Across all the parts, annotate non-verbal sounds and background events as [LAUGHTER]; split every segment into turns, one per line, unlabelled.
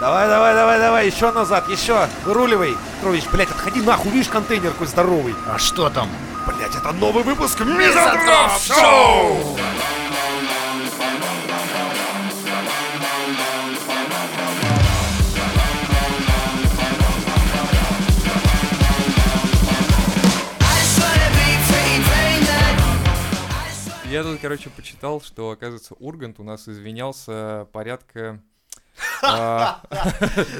Давай, давай, давай, давай, еще назад, еще. Выруливай. Петрович, блядь, отходи нахуй, видишь контейнер какой здоровый.
А что там?
Блядь, это новый выпуск
Мизантроп
Мизантроп Шоу!
Я тут, короче, почитал, что, оказывается, Ургант у нас извинялся
[LAUGHS]
порядка... а,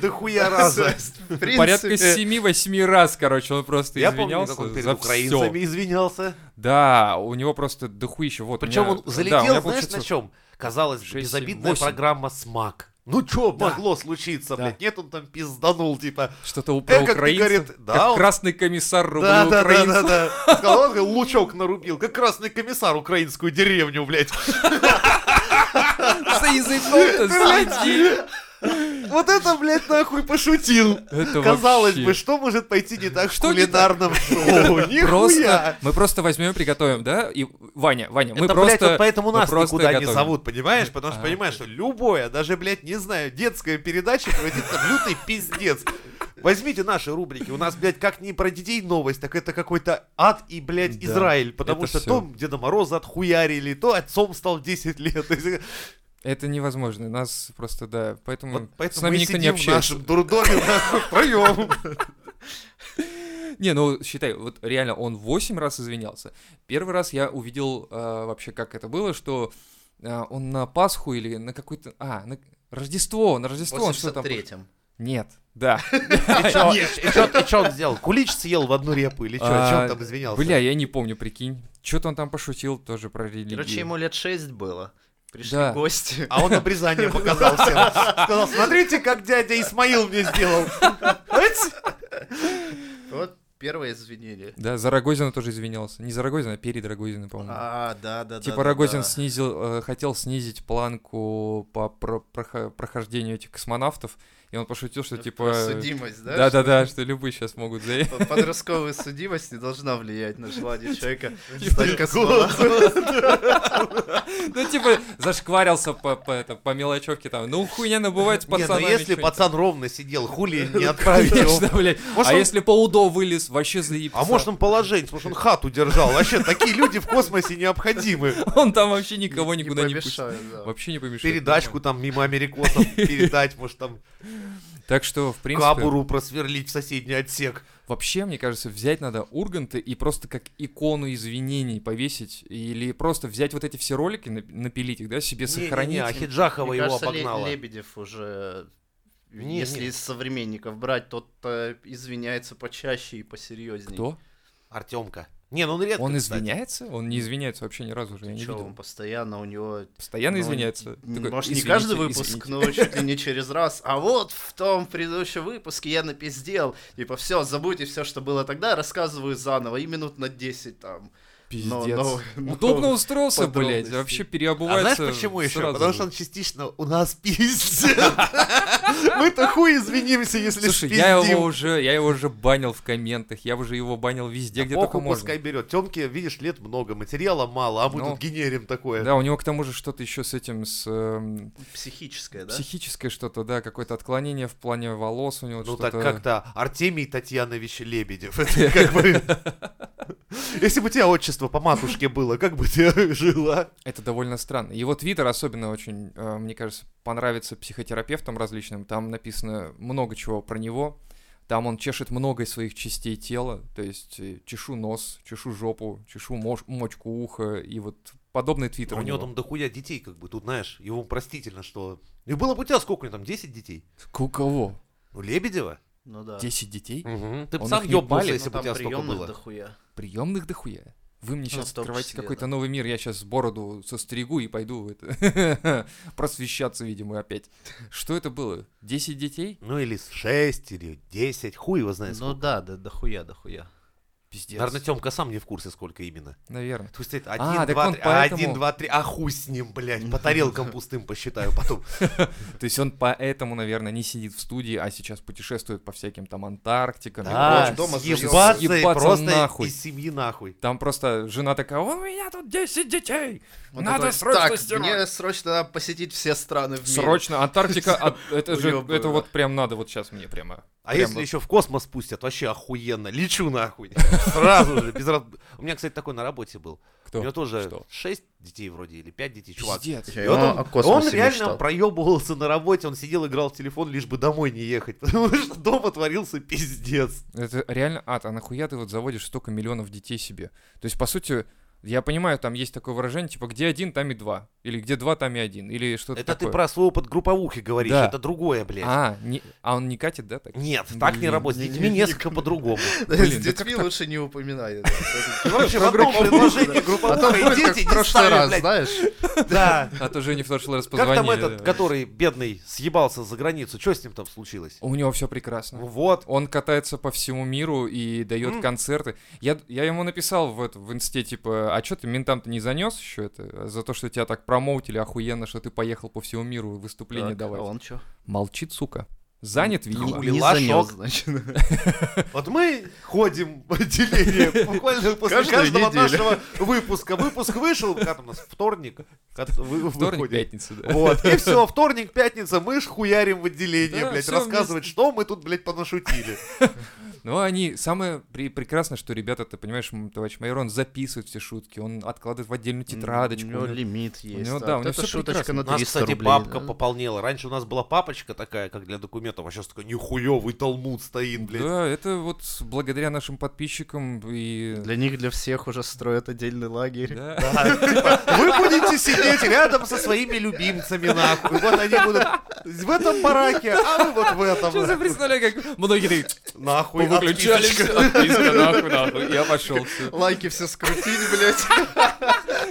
Да хуя [LAUGHS] раза.
В принципе,
Порядка 7-8 раз, короче, он просто
Я помню, как
извинялся
он перед
за все.
украинцами извинялся.
Да, у него просто дохуище. Вот, у
Причем
меня-
он
да, у меня
залетел, знаешь,
получается-
на чем? Казалось, бы,
Шесть, семь,
безобидная
восемь.
программа «Смак». Ну чё могло случиться,
Да.
блядь? Нет, он там пизданул, типа,
Что-то у
как ты,
украинцев,
говорит, да,
как
он-
красный комиссар
Да,
рубля
да, да,
украинцев. [LAUGHS]
да, да. Сказал, он говорит, лучок нарубил, как красный комиссар украинскую деревню, блядь.
За
[LAUGHS]
языком-то следи.
Вот это, блядь, нахуй пошутил.
Это
Казалось
вообще.
бы, что может пойти не так в
Что не
кулинарном шоу?
[LAUGHS] Просто,
Нихуя.
мы просто возьмем и приготовим, да? И, Ваня, Ваня, мы
Это,
просто...
блядь, вот поэтому
мы
нас
просто
никуда не
готовим.
зовут, понимаешь? Потому что
А.
понимаешь, что любое, даже, блядь, не знаю, детская передача превратится в лютый пиздец. Возьмите наши рубрики. У нас, блядь, как не про детей новость, так это какой-то ад и, блядь,
Да,
Израиль. Потому
это
что
всё.
то Деда Мороза отхуярили, то отцом стал 10 лет. То есть,
Это невозможно, нас просто, да, поэтому,
Вот поэтому
с нами
мы
никто не
сидим в
общается.
нашем дурдоме нахуй,
[LAUGHS]
втроем.
Не, ну считай, вот реально он 8 раз извинялся. Первый раз я увидел а, вообще, как это было, что а, он на Пасху или на какой-то... А, на Рождество, на
В
Рождество он что там...
83-м.
Нет, да.
И чё- И что он сделал? Кулич съел в одну репу или что? О
А,
чем там извинялся?
Бля, я не помню, прикинь. Что-то он там пошутил тоже про религию.
Короче, ему лет 6 было. Пришли
Да.
гости. [LAUGHS]
А он обрезание показал
[LAUGHS]
всем. Сказал, смотрите, как дядя Исмаил мне сделал. Знаете?
Вот первые извинили.
Да, за Рогозина тоже извинялся. Не за Рогозина, а перед Рогозиной, по-моему.
А, да, да, да.
Типа
да,
Рогозин
да.
снизил, э, хотел снизить планку по про- прохо- прохождению этих космонавтов, и он пошутил, что типа...
Судимость, да?
Да, да, да, что любые сейчас могут
[LAUGHS]
заехать.
П- Подростковая судимость не должна влиять
[LAUGHS]
на желание человека стать
Типа,
Господи.
[LAUGHS] космонавтом.
Ну, типа, зашкварился по, по, это, по мелочевке там. Ну, хуйня набывается
Не,
пацанами.
ну если
чё-нибудь.
пацан ровно сидел,
[LAUGHS]
хули не отправить его.
Конечно, блядь.
Может,
а
он-
если по УДО вылез, вообще заебался.
А может он положение, потому что он хату держал. Вообще, такие люди в космосе необходимы.
Он там вообще никого никуда не, пустит.
помешают, да.
Вообще не помешает.
Передачку там мимо америкосов
[LAUGHS]
передать, может там
Так что, в принципе,
кабуру просверлить в соседний отсек.
вообще, мне кажется, взять надо Урганта и просто как икону извинений повесить. Или просто взять вот эти все ролики, нап- напилить их, да, себе сохранить.
Не-не-не, а Хиджахова
Мне
его
кажется, Ле-
обогнала.
Лебедев уже,
Не,
если
не.
из современников брать, тот э, извиняется почаще и посерьезнее.
Кто?
Артемка. Не, ну он редко,
Он
кстати.
извиняется? Он не извиняется вообще ни разу уже, я не
Чё, он
видел.
постоянно у него...
Постоянно
ну,
извиняется.
н-
Такой,
Может,
«Извините,
не каждый выпуск,
извините».
но чуть ли не через раз. А вот в том предыдущем выпуске я напиздел. Типа, все, забудьте все, что было тогда, рассказываю заново. И минут на 10 там. Но-
Пиздец.
но-
Удобно
но-
устроился, блядь.
подробности.
Вообще
А
переобувается.
знаешь почему еще?
сразу
Потому
же.
что он частично у нас пиздец. [LAUGHS] Мы-то хуй извинимся, если
Слушай, я его
спиздим.
уже, я его уже банил в комментах, я уже его банил везде, где
Похуй,
только
пускай
можно.
берет. Тёмке, видишь, лет много, материала мало, а мы
Ну.
тут генерим такое.
Да, у него к тому же что-то еще с этим, с эм,
Психическое, да?
психическое что-то, да, какое-то отклонение в плане волос у него
Ну
что-то.
так как-то Артемий Татьянович Лебедев. [LAUGHS] Это как бы... Если бы у тебя отчество по матушке было, как бы ты [LAUGHS] жила?
Это довольно странно. Его твиттер особенно очень, э, мне кажется, понравится психотерапевтам различным. Там написано много чего про него. Там он чешет много из своих частей тела, то есть э, чешу нос, чешу жопу, чешу мош- мочку уха и вот подобный твиттер.
У него там дохуя детей, как бы, тут, знаешь, ему простительно, что... И было бы у тебя сколько у него там, 10 детей?
У кого?
У Лебедева?
Ну да. Ну,
10 детей?
Ты
Он
бы сам
их не
ёбнулся,
балит,
если бы у тебя столько
приёмных
было.
дохуя.
Приемных дохуя. Вы мне
Ну,
сейчас
в том
открываете
числе,
какой-то
да.
новый мир, я сейчас бороду состригу и пойду в это. [LAUGHS] просвещаться, видимо, опять. Что это было? 10 детей?
Ну или 6, или 10, хуй его знает.
Ну да, да, дохуя, дохуя.
Пиздец.
Наверное, Тёмка сам не в курсе, сколько именно.
Наверное.
То есть это
А,
один,
так
два,
он
три, а,
поэтому-
один, два, три, а хуй с ним, блядь, по
[LAUGHS]
тарелкам пустым посчитаю потом.
То есть он поэтому, наверное, не сидит в студии, а сейчас путешествует по всяким там Антарктикам. и
Да,
прочим.
дома съел.
съебаться и
Съебаться
просто
нахуй.
из семьи нахуй.
Там просто жена такая, у меня тут 10 детей,
Он
надо
такой,
срочно
так,
стирать».
мне срочно надо посетить все страны в мире.
[LAUGHS]
Срочно, Антарктика, а, это же,
Уёбываю.
это вот прям надо вот сейчас мне прямо.
А
прям
если
вот.
еще в космос пустят, вообще охуенно. Лечу нахуй. [LAUGHS] Сразу же. без раз- У меня, кстати, такой на работе был. У
Кто?
него тоже
Что?
шесть детей вроде или пять детей, чувак.
Пиздец.
Я
И вот
о-
он,
о космосе
он реально [LAUGHS]
а мечтал.
проебывался на работе, он сидел, играл в телефон, лишь бы домой не ехать, [LAUGHS] потому что дома творился пиздец.
Это реально ад. А нахуя ты вот заводишь столько миллионов детей себе? То есть, по сути, я понимаю, там есть такое выражение, типа, где один, там и два. Или где два, там и один. Или что-то
Это,
такое.
ты про свой опыт групповухи говоришь,
Да.
это другое, блядь.
А, не- а он не катит, да, так?
Нет, так не
Блин.
работает. С детьми несколько [LAUGHS] по-другому.
Блин,
С
да как
детьми лучше не упоминай. это.
Вообще, в одном предложении
А то
групповуха и [LAUGHS]
будет как
дети
в
не
прошлый
стали,
раз,
блядь.
знаешь?
Да.
А то Жене в прошлый раз
Как
позвонили.
там этот,
да.
который бедный съебался за границу? Что с ним там случилось?
У него все прекрасно.
Вот.
Он катается по всему миру и дает
М.
концерты. Я, я ему написал в, это, в инсте, типа, а что ты ментам-то не занес еще это? За то, что тебя так промоутили охуенно, что ты поехал по всему миру выступление
Так,
давать.
а он чё?
Молчит, сука. Занят, видимо.
Хуй.
Не
Лашок.
занёс, значит.
Вот мы ходим [LAUGHS] в отделение буквально после
Каждую
каждого
неделю.
нашего выпуска. Выпуск вышел, как у нас, вторник. Как- вы-
Вторник,
выходит.
пятница, да.
Вот, и все, вторник, пятница, мы ж хуярим в отделение,
Да,
блядь,
всё
рассказывать, что мы тут, блядь, понашутили.
Но Ну, они... Самое при- прекрасное, что ребята, ты понимаешь, м, товарищ майор, он записывает все шутки, он откладывает в отдельную тетрадочку.
У
ну,
него
он-
лимит есть.
него,
так.
да, у него
Это
всё
шуточка
прекрасно.
У
на 300
нас, кстати,
рублей,
папка
да.
пополнела. Раньше у нас была папочка такая, как для документов, а сейчас такой нихуевый талмуд стоит, блядь.
Да, это вот благодаря нашим подписчикам и...
Для них, для всех уже строят отдельный лагерь.
Да.
[LAUGHS] Да, типа, Вы будете сидеть рядом со своими любимцами, нахуй. Вот они будут в этом бараке, а вы вот в
Чё за
этом.
представляю, как многие такие,
Нахуй,
выключали
отписочка.
всё, [LAUGHS] отписка, нахуй, нахуй, я пошел.
[LAUGHS]
[LAUGHS] Лайки все скрутить, блядь.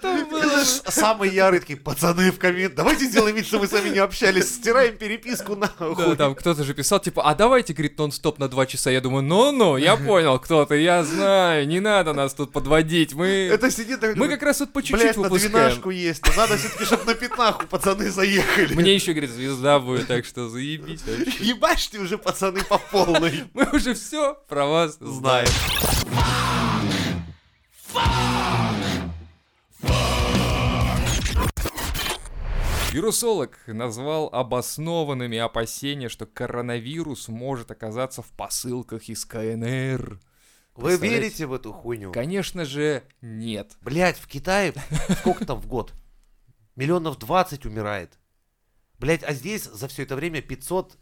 Ты знаешь, Самый ярый такие, пацаны в коммент, давайте сделаем вид, что мы с вами не общались, стираем переписку
Да,
нахуй.
там кто-то же писал, типа, а давайте, говорит, нон-стоп на два часа. Я думаю, ну-ну, я понял, кто ты, я знаю, не надо нас тут подводить, мы...
[LAUGHS] Это сидит такой,
Мы как раз тут по чуть-чуть
блядь, на двенашку
выпускаем.
есть, но надо все-таки, чтобы на пятнаху пацаны заехали.
Мне еще, говорит, звезда будет, так что заебись [LAUGHS] вообще.
Ебашь ты уже, пацаны, по полной.
Мы уже все про вас знаем.
Знаем.
Вирусолог назвал обоснованными опасения, что коронавирус может оказаться в посылках из КНР.
Вы
Представляете?
верите в эту хуйню?
Конечно же, нет.
Блять, в Китае сколько там в год? Миллионов 20 умирает. Блять, а здесь за все это время 500,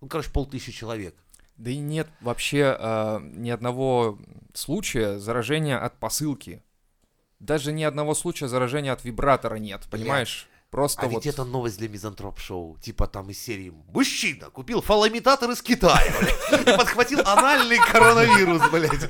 ну, короче, полтысячи человек.
Да и нет вообще э, ни одного случая заражения от посылки. Даже ни одного случая заражения от вибратора нет, понимаешь? Просто
А
вот...
ведь это новость для мизантроп-шоу. Типа там из серии «Мужчина купил фаломитатор из Китая, блядь, и подхватил анальный коронавирус, блядь».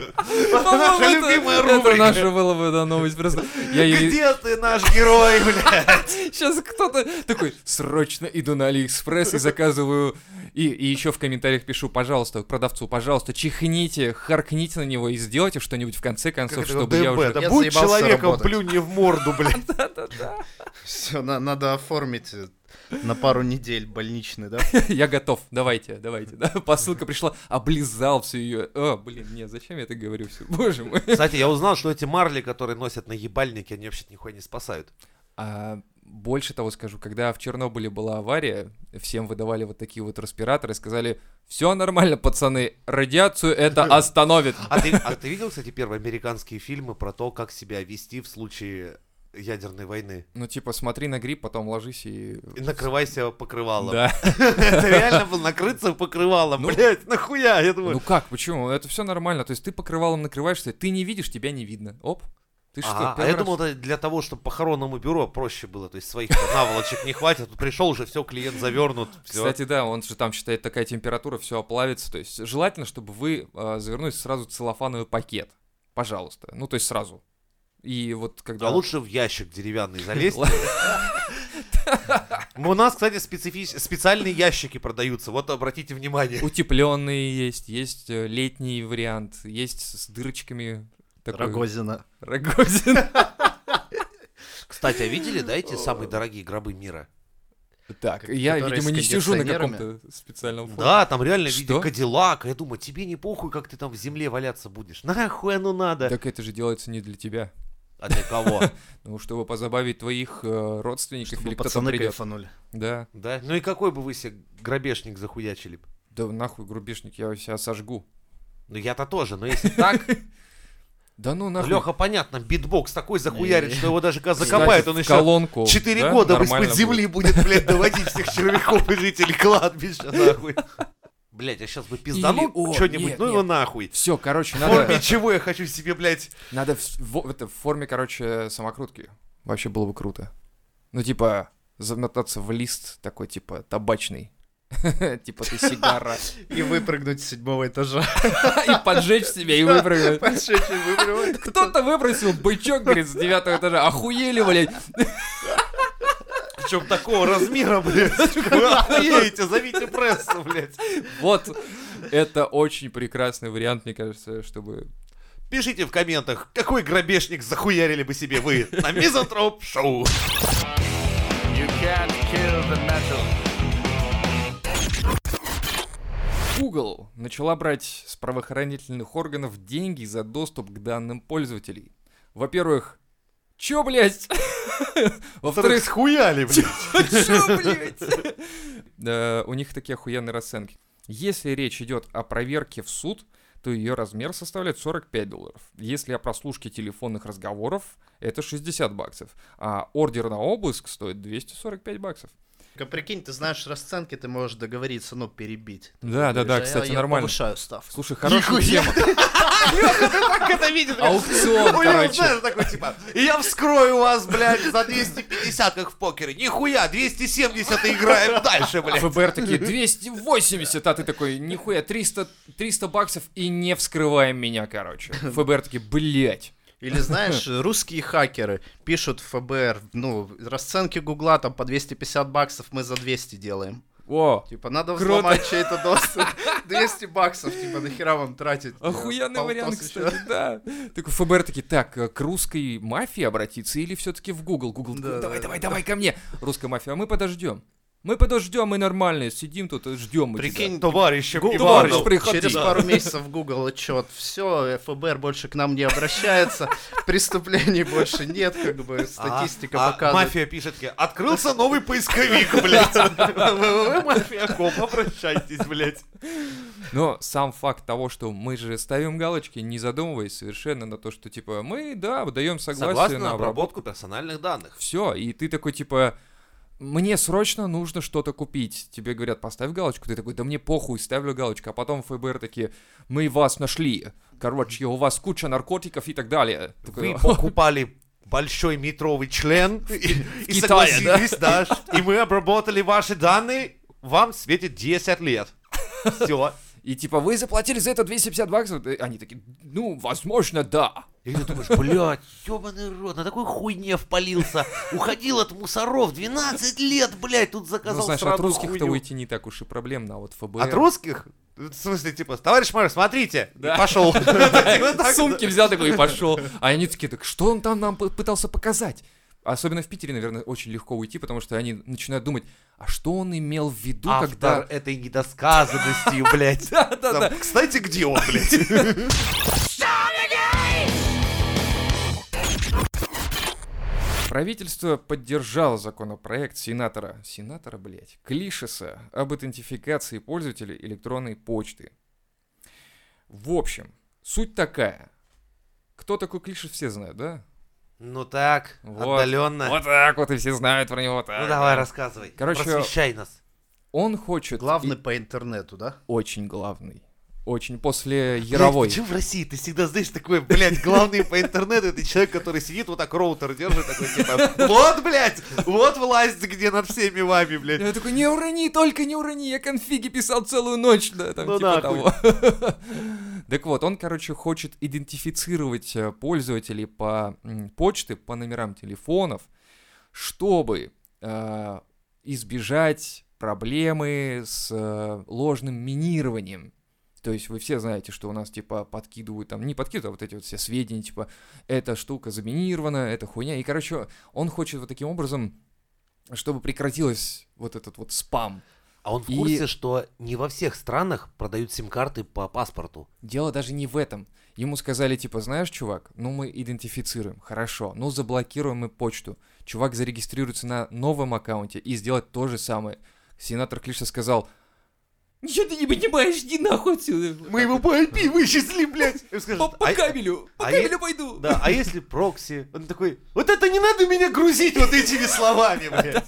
По-моему,
Наша
[LAUGHS] это-
любимая
Это
рубрика.
наша была бы, да, новость просто. Я ее...
Где ты, наш герой, блядь?
Сейчас кто-то такой, срочно иду на Алиэкспресс и заказываю... И, еще в комментариях пишу, пожалуйста, продавцу, пожалуйста, чихните, харкните на него и сделайте что-нибудь в конце концов,
Как это,
чтобы я
ДБ,
уже...
да
Я
будь
заебался
человеком,
работать.
плюнь не в морду, блядь.
[LAUGHS]
Все, надо оформить э, на пару недель больничный, да?
[LAUGHS] Я готов, давайте, давайте. да. [LAUGHS] Посылка пришла, облизал всю ее. О, блин, не, зачем я это говорю все? [LAUGHS] Боже мой.
Кстати, я узнал, что эти марли, которые носят на ебальнике, они вообще нихуя не спасают.
А, больше того скажу, когда в Чернобыле была авария, всем выдавали вот такие вот респираторы, сказали, все нормально, пацаны, радиацию
[LAUGHS]
это остановит.
А ты, а ты видел, кстати, первые американские фильмы про то, как себя вести в случае ядерной войны?
Ну, типа, смотри на грипп, потом ложись и...
И накрывайся покрывалом.
Да.
[LAUGHS] Это реально было накрыться покрывалом,
Ну.
блядь, нахуя, я думаю.
Ну как, почему? Это все нормально. То есть ты покрывалом накрываешься, ты не видишь, тебя не видно. Оп. Ты что,
Ага, а
первый
я
раз?
думал, это для того, чтобы похоронному бюро проще было, то есть своих наволочек не хватит, тут пришел уже, все, клиент завернут, все.
Кстати, да, он же там считает, такая температура, все оплавится. То есть а, желательно, чтобы вы э, завернулись сразу в целлофановый пакет. Пожалуйста. Ну, то есть сразу. И вот когда...
А лучше в ящик деревянный залезть.
Ла-
У нас, кстати, специфи- специальные ящики продаются. Вот обратите внимание.
Утепленные есть, есть э, летний вариант, есть с дырочками. такой.
Рогозина.
Рогозин.
Кстати, а видели, да, эти самые дорогие гробы мира?
Так,
Как-
я,
которые
видимо,
с
не сижу на
кондиционерами.
каком-то специальном фоне.
Да, там реально в виде
Что?
Кадиллака. Я думаю, тебе не похуй, как ты там в земле валяться будешь. [LAUGHS] Нахуй оно надо.
Так это же делается не для тебя.
А для
[LAUGHS]
кого?
Ну, чтобы позабавить твоих э, родственников или
Чтобы
кто-то
пацаны
придет.
кайфанули.
Да.
Да? Ну и какой бы вы себе гробешник захуячили? б?
Да нахуй, грубишник, я себя сожгу.
Ну я-то тоже, но если так,
[LAUGHS] Да ну нахуй.
Леха, понятно, битбокс такой захуярит,
Не.
что его даже когда
Кстати,
закопает, он
в
еще
колонку.
Четыре
да,
года
нормально
из-под земли будет, блядь,
[LAUGHS]
доводить всех червяков и жителей кладбища, нахуй. Блядь, я сейчас бы пизданул
Или- о,
что-нибудь,
нет,
ну его нахуй.
Все, короче,
В форме
надо,
чего я хочу себе, блядь,
надо в, в- это, в форме, короче, самокрутки. Вообще было бы круто. Ну, типа, замотаться в лист такой, типа, табачный. [LAUGHS] Типа ты сигара.
И выпрыгнуть с седьмого этажа.
[LAUGHS]
[LAUGHS]
И поджечь себя, и выпрыгнуть.
Подшечник выпрыгивает.
Кто-то выбросил бычок, говорит, с девятого этажа. Охуели, блядь.
причем такого размера, блядь.
[LAUGHS]
Вы охуеете, зовите прессу, блядь.
Вот. Это очень прекрасный вариант, мне кажется, чтобы...
Пишите в комментах, какой грабежник захуярили бы себе вы на Мизантроп Шоу.
Google начала брать с правоохранительных органов деньги за доступ к данным пользователей. Во-первых, чё, [LAUGHS] блядь?
Которые
Во-вторых,
схуяли, блядь.
[LAUGHS] чё, блядь? Да, У них такие охуенные расценки. Если речь идет о проверке в суд, то ее размер составляет 45 долларов. Если о прослушке телефонных разговоров, это 60 баксов. А ордер на обыск стоит 245 баксов.
А Прикинь, ты знаешь расценки, ты можешь договориться, но перебить.
Да, да, да,
Я-
кстати,
а я
нормально.
повышаю [LAUGHS] ставку.
Слушай, хорошая
Нихуя.
тема.
Как это видит, блядь?
Аукцион,
У него,
короче.
знаешь, такой, типа, я вскрою вас, блядь, за 250, как в покере. Нихуя, 270 и играем дальше,
А
блядь.
ФБР такие 280, а ты такой, нихуя, 300, 300 баксов и не вскрываем меня, короче. ФБР такие, блять. [LAUGHS]
Или знаешь, русские хакеры пишут в ФБР, ну, расценки Гугла там по 250 баксов, мы за 200 делаем.
О,
Типа, надо
Круто.
взломать чей-то доступ. [LAUGHS] 200 баксов, типа, нахера вам тратить? э,
охуенный вариант,
полтосочек?
кстати, да. Такой ФБР такие, так, э, к русской мафии обратиться или все-таки в Google? Google такой,
Да,
давай,
да,
давай, давай ко мне. Русская мафия, а мы подождем. Мы подождем, мы нормально сидим тут, ждем.
Прикинь,
Товарищи,
Гу-
Иванов.
товарищ, приходи.
Через пару месяцев Google отчет. Все, ФБР больше к нам
[LAUGHS]
не обращается, преступлений больше нет, как бы статистика
А- а
показывает.
мафия пишет, такие, открылся новый поисковик, [LAUGHS] блядь. www.mafia.com, обращайтесь, блядь.
Но сам факт того, что мы же ставим галочки, не задумываясь совершенно на то, что типа мы, да, даем согласие на обработку.
персональных данных.
Все, и ты такой типа, мне срочно нужно что-то купить. Тебе говорят, поставь галочку. Ты такой, да мне похуй, ставлю галочку. А потом ФБР такие, мы вас нашли. Короче, у вас куча наркотиков и так далее. Такой,
Вы покупали большой метровый член и, и
Китае,
согласились, да, ш- и мы обработали ваши данные, вам светит 10 лет. Все.
И типа, вы заплатили за это 250 баксов? И Они такие, ну, возможно, да.
И ты думаешь, блядь, ебаный рот, на такой хуйне впалился. Уходил от мусоров 12 лет, блядь, тут заказал
ну, знаешь, от
сраную
русских-то
хуйню.
уйти не так уж и проблемно, а вот ФБР...
От русских? В смысле, типа, товарищ мэр, смотрите,
[LAUGHS] Да. типа,
и пошел. [LAUGHS]
Сумки взял такой и пошел. А они такие, так что он там нам п- пытался показать? Особенно в Питере, наверное, очень легко уйти, потому что они начинают думать, а что он имел в виду, когда...
Автор этой недосказанностью,
[LAUGHS]
блядь.
Да-да-да.
Там, Кстати, где он, блядь?
Правительство поддержало законопроект сенатора, сенатора, блядь, Клишеса об идентификации пользователей электронной почты. В общем, суть такая. Кто такой Клишес, все знают, да?
Ну так,
Вот.
отдаленно.
Вот так вот и все знают про него. так.
Ну давай, рассказывай.
Короче,
Просвещай нас.
Он хочет...
Главный
и-
по интернету, да?
Очень главный. Очень после
Блядь,
Яровой.
почему в России ты всегда, знаешь, такой, блядь, главный по интернету, это человек, который сидит вот так роутер держит, такой, типа, вот, блядь, вот власть, где над всеми вами, блядь.
Я такой, не урони, только не урони, я конфиги писал целую ночь, да, там
Ну
типа
нахуй.
того. [LAUGHS] Так вот, он, короче, хочет идентифицировать э, пользователей по м, почте, по номерам телефонов, чтобы э, избежать проблемы с э, ложным минированием. То есть вы все знаете, что у нас типа подкидывают там, не подкидывают, а вот эти вот все сведения, типа, эта штука заминирована, эта хуйня. И, короче, он хочет вот таким образом, чтобы прекратилось вот этот вот спам.
А он в
И-
курсе, что не во всех странах продают сим-карты по паспорту.
Дело даже не в этом. Ему сказали, типа, знаешь, чувак, ну мы идентифицируем, хорошо, ну заблокируем мы почту. Чувак зарегистрируется на новом аккаунте и сделает то же самое. Сенатор Клиша сказал, ничего ты не понимаешь, иди нахуй отсюда.
Мы его по IP вычислили, блядь. И он скажет,
По, по
«А-
кабелю, по
а я-
кабелю пойду.
Да, а если прокси? Он такой, вот это не надо меня грузить вот этими словами, блядь.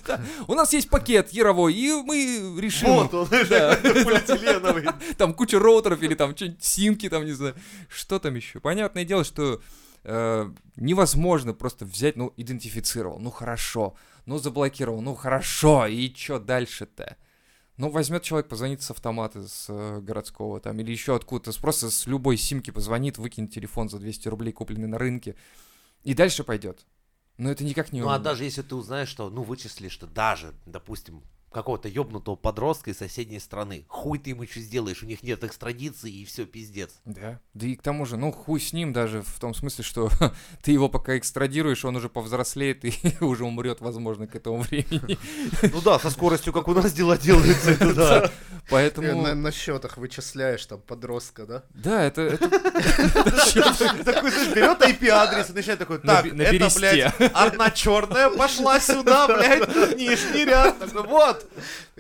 У нас есть пакет яровой, и мы решим.
Вот он, полиэтиленовый.
[LAUGHS] там куча роутеров или там что-нибудь симки, там, не знаю, что там еще. Понятное дело, что э, невозможно просто взять, ну, идентифицировал, ну, хорошо, ну, заблокировал, ну, хорошо, и что дальше-то? Ну, возьмет человек, позвонит с автомата, с э, городского там, или еще откуда-то, с- просто с любой симки позвонит, выкинет телефон за 200 рублей, купленный на рынке, и дальше пойдет. Но это никак не...
Ну а даже если ты узнаешь, что, ну, вычислишь, что даже, допустим, какого-то ёбнутого подростка из соседней страны, хуй ты ему что сделаешь, у них нет экстрадиции и все пиздец.
Да. Да и к тому же, ну, хуй с ним даже в том смысле, что [LAUGHS] ты его пока экстрадируешь, он уже повзрослеет и [LAUGHS] уже умрет, возможно, к
[LAUGHS]
этому времени.
Ну да, со скоростью, как у нас дела делаются, это да.
Э, На,
Поэтому,
на счетах вычисляешь там подростка, да?
да,
[LAUGHS]
это... это-
Такой, знаешь, берет IP-адрес и начинает такой, так,
На- на
это,
бересте.
блядь, одна черная пошла сюда, блядь, нижний ряд. Такой, вот,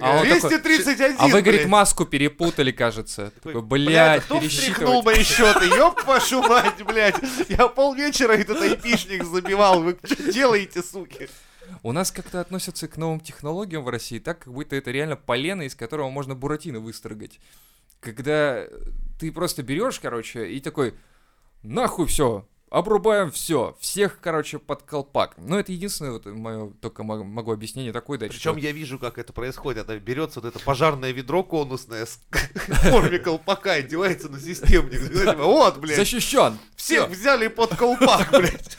А он такой,
231,
А вы, говорит,
блядь.
маску перепутали, кажется. Такой,
Блядь, а
блядь,
кто встряхнул
пересчитывать.
мои счеты? Ёб вашу мать, блядь. Я полвечера этот айпишник забивал. Вы что делаете, суки?
У нас как-то относятся к новым технологиям в России так, как будто это реально полено, из которого можно буратино выстрогать. Когда ты просто берешь, короче, и такой, нахуй все, обрубаем все, всех, короче, под колпак. Ну, это единственное вот мое, только мо- могу объяснение такое дать.
Причем
что-
я вижу, как это происходит. Она берется вот это пожарное ведро конусное с в форме колпака и девается на
[LAUGHS]
системник.
Типа,
Знаете, Вот, блядь,
Защищен!
всех взяли под
[LAUGHS]
колпак, блядь.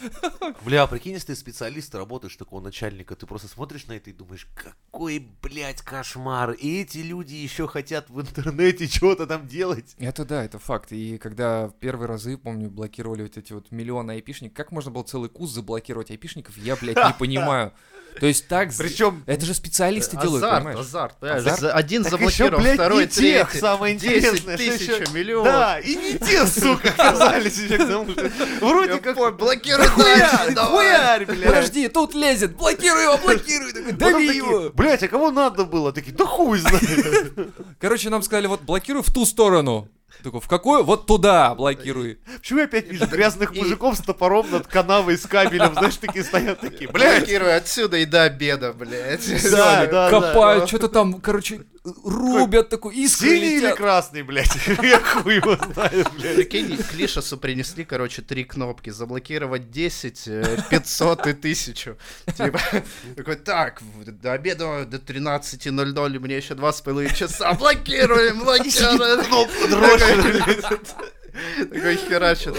Бля, а прикинь, если ты специалист, работаешь такого начальника, ты просто смотришь на это и думаешь, какой, блядь, кошмар. И эти люди еще хотят в интернете что-то там делать. [LAUGHS]
Это да, это факт. И когда в первые разы, помню, блокировали вот эти вот миллионы айпишников, как можно было целый куст заблокировать айпишников, я, блядь, не понимаю. То есть так... з-
Причем
Это же специалисты делают,
э, азарт,
понимаешь?
азарт, понимаешь?
Азарт?
За- Один
так еще,
заблокировал,
блядь,
второй,
не тех,
третий.
самое
10
интересное. что еще-
тысяч, миллион.
Да, и не те, сука, оказались еще к тому же.
Я
Вроде как...
понял, блокируй дальше, давай.
хуярь, блядь.
Подожди, тут лезет, блокируй его, блокируй, такой,
Потом
дави
такие,
его.
блядь, а кого надо было? Такие, да хуй знает.
Короче, нам сказали, вот блокируй в ту сторону. Такой, в какую? Вот туда блокируй.
Почему я опять вижу грязных мужиков с топором над канавой с кабелем? Знаешь, такие стоят такие, блядь.
Блокируй отсюда и до обеда, блядь.
Да, да,
Копают, что-то там, короче, рубят, такой, искры
Синий или
летят.
красный, блядь? Я хуй его знаю, блядь.
Прикинь, к Лишесу принесли, короче, три кнопки. Заблокировать 10, э, 500 и 1000. Типа, такой, так, в- до обеда до 13.00 мне еще два с половиной часа. Блокируем, блокируем. Кнопку Такой херачит.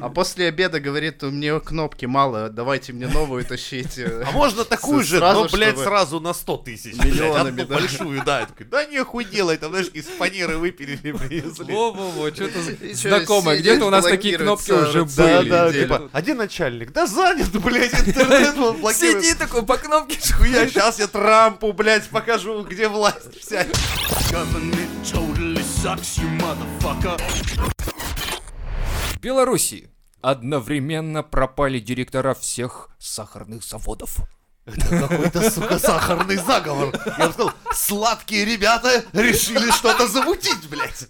А после обеда говорит, у меня кнопки мало, давайте мне новую тащите.
А можно такую
С-
же,
сразу,
но, блядь,
чтобы
сразу на 100 тысяч, блядь,
миллионами,
одну
да.
большую, да. Я такой, Да нехуй делай, там, знаешь, из фанеры выпилили, принесли.
Во-во-во, что-то
И чё,
знакомое.
сидеть,
Где-то у нас такие
блокируется
кнопки уже
целую
Да,
были.
да,
неделю.
типа, один начальник, да занят, блядь, интернет
[LAUGHS]
он блокирует.
Сиди такой, по кнопке
Хуя,
шхуя.
сейчас я Трампу, блядь, покажу, где власть вся.
Government totally sucks, you motherfucker.
В Беларуси одновременно пропали директора всех сахарных заводов.
Это какой-то, сука, сахарный заговор. Я бы сказал, сладкие ребята решили что-то замутить, блядь.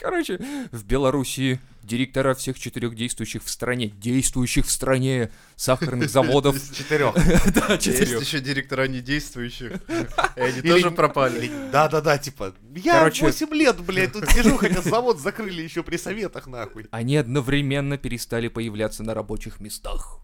Короче, в Белоруссии директора всех четырех действующих в стране, действующих в стране сахарных заводов.
Четырех.
[LAUGHS] Да,
Есть
четырех.
еще директора недействующих. И они
Или-
тоже пропали.
Да-да-да, типа, я
Короче-
8 лет, блядь, тут [LAUGHS] сижу, хотя завод закрыли еще при советах, нахуй.
Они одновременно перестали появляться на рабочих местах.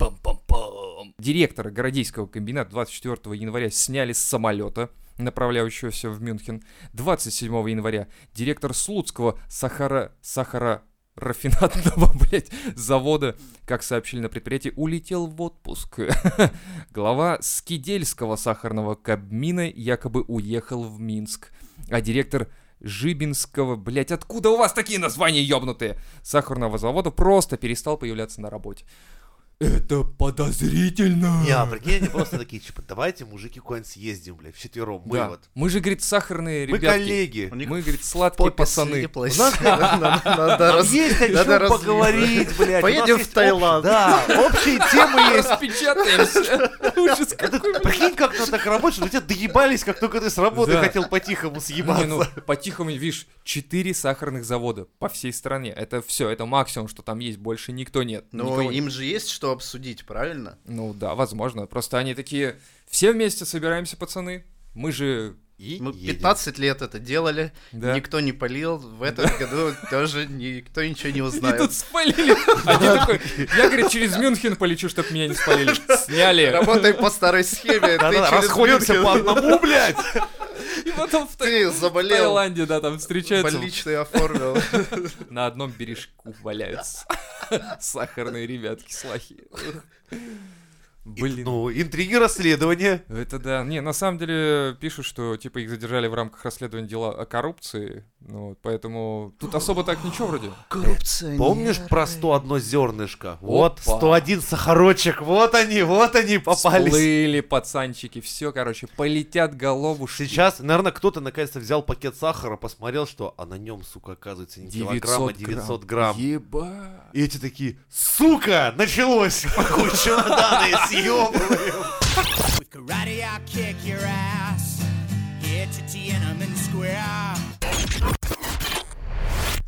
Пам-пам-пам. Директора Городейского комбината 24 января сняли с самолета, направляющегося в Мюнхен. 27 января директор Слуцкого Сахара... Сахара рафинатного, [LAUGHS] блядь, завода, как сообщили на предприятии, улетел в отпуск. [LAUGHS] Глава Скидельского сахарного кабмина якобы уехал в Минск. А директор Жибинского, блядь, откуда у вас такие названия ёбнутые? Сахарного завода просто перестал появляться на работе. Это подозрительно.
Не, а прикинь, они просто такие, типа, давайте, мужики, куда-нибудь съездим, блядь, вчетвером, мы
Да.
вот.
Мы же, говорит, сахарные
Мы
ребятки.
коллеги.
У них
Мы, говорит, сладкие
попе
пацаны.
слиплась. Надо- надо раз-
Есть о
надо
чем
разъебать.
поговорить, блядь. у нас
Поедем в
есть общ-
Таиланд.
Да, общие темы
[LAUGHS]
есть.
Распечатаемся. Ужас
Это,
какой, блядь.
прикинь, как ты так работаешь, у тебя доебались, как только ты с работы
Да.
хотел по-тихому
Ну, [LAUGHS] не, ну,
съебаться.
по-тихому, видишь, 4 сахарных завода по всей стране. Это все, это максимум, что там есть, больше никто нет.
Но
никого нет.
им же есть что обсудить, правильно?
Ну да, возможно. Просто они такие, все вместе собираемся, пацаны. Мы же...
И
Мы
едем.
15 лет это делали,
Да.
никто не полил, в этом году тоже никто ничего не
И
узнает.
тут спалили. Один такой, я, говорит, через Мюнхен полечу, чтобы меня не спалили. Сняли.
Работай по старой схеме, ты
Да-да,
через
расходимся
Мюнхен,
по одному, блядь.
И потом в Та-
Ты
в
заболел,
Таиланде, да, там встречаются.
больничный оформил.
На одном бережку валяются. [LAUGHS] Сахарные ребятки, слахи.
Блин.
Блин.
Ну, интриги расследования.
Это да. Не, на самом деле пишут, что типа их задержали в рамках расследования дела о коррупции. Ну, вот, поэтому тут особо так ничего вроде.
Коррупция.
Помнишь про 101 зернышко? Вот,
Опа.
101 сахарочек, вот они, вот они попались.
Всплыли пацанчики, все, короче, полетят головушки.
Сейчас, наверное, кто-то наконец-то взял пакет сахара, посмотрел, что, а на нем, сука, оказывается, не килограмм, а 900 грамм.
Еба.
И эти такие, сука,
[LAUGHS]
началось, пакуй чемоданы, съебываем.
With karate, I'll kick your ass. Here to Tiananmen Square.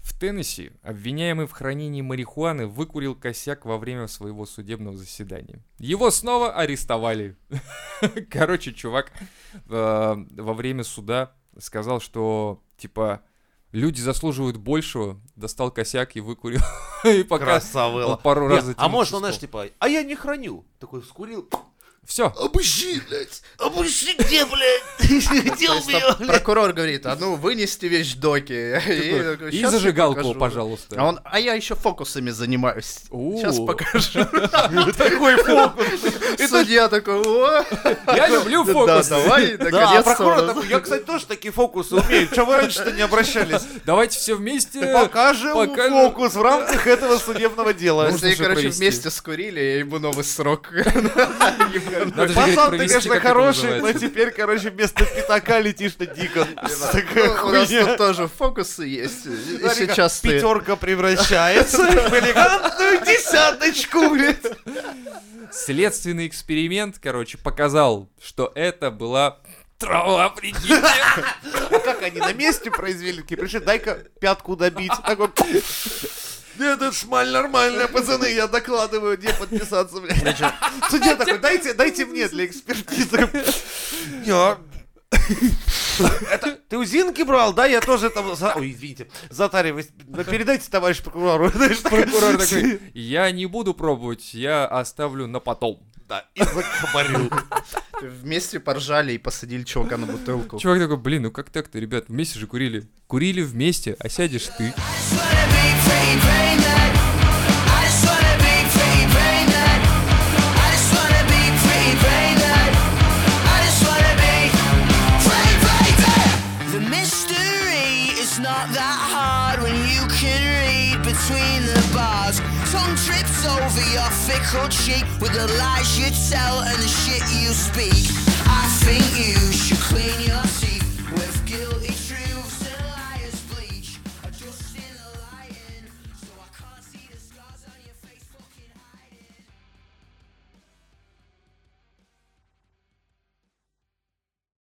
В Теннесси обвиняемый в хранении марихуаны выкурил косяк во время своего судебного заседания. Его снова арестовали. [LAUGHS] Короче, чувак э, во время суда сказал, что типа люди заслуживают большего, достал косяк и выкурил. [LAUGHS] И пока
Красавелла.
он пару
Не,
раз
а может, он, знаешь, типа, а я не храню. Такой вскурил.
Все,
Обыщи, блядь, обыщи где, блядь? Где у
То есть
меня,
там
блядь?
прокурор говорит, а ну вынести вещдоки. И
э,
такой,
и
«Щас я
зажигалку,
покажу».
пожалуйста.
А он, а я еще фокусами занимаюсь.
У.
Сейчас покажу.
Такой фокус.
Судья такой, о,
Я люблю
да,
фокусы.
давай,
Да, а прокурор
наконец-то.
такой, я, кстати, тоже такие фокусы умею. Чего вы раньше-то не обращались?
Давайте все вместе.
Покажем
покажем.
фокус в рамках этого судебного дела.
Нужно
Если,
же
короче,
провести.
вместе скурили, я ему
[LAUGHS]
новый срок. Ну,
Надо же, говорит,
Пацан, ты,
провести,
конечно,
как это
хороший, но
называется.
теперь, короче, вместо пятака летишь на [LAUGHS] Дикон. Такая
Ну, У нас
хуйня.
тут тоже фокусы есть. И
Смотри-ка,
сейчас ты...
пятерка превращается в элегантную десяточку. блядь.
Следственный эксперимент, короче, показал, что это была трава, прикиньте.
Как они на месте произвели, такие пришли, дай-ка пятку добить. Такой, нет, это шмаль нормальная, пацаны, я докладываю, где подписаться, блядь. Судья такой, дайте, дайте мне для экспертизы. Я... Это, ты узинки брал, да? Я тоже там... за- Ой, извините, затариваюсь. Да Передайте, товарищ прокурору. [LAUGHS] Знаешь, такая-
Прокурор такой, я не буду пробовать, я оставлю на потом.
Да, и закабарил.
Вместе поржали и посадили чувака на бутылку.
Чувак такой, блин, ну как так-то, ребят, вместе же курили. Курили вместе, а сядешь ты.
I just wanna be free, free, man. I just wanna be free, free, man. I just wanna be free, free, man. I just wanna be free, free, man. The mystery is not that hard when you can read between the bars. Tongue trips over your fickle cheek with the lies you tell and the shit you speak. I think you should clean your teeth.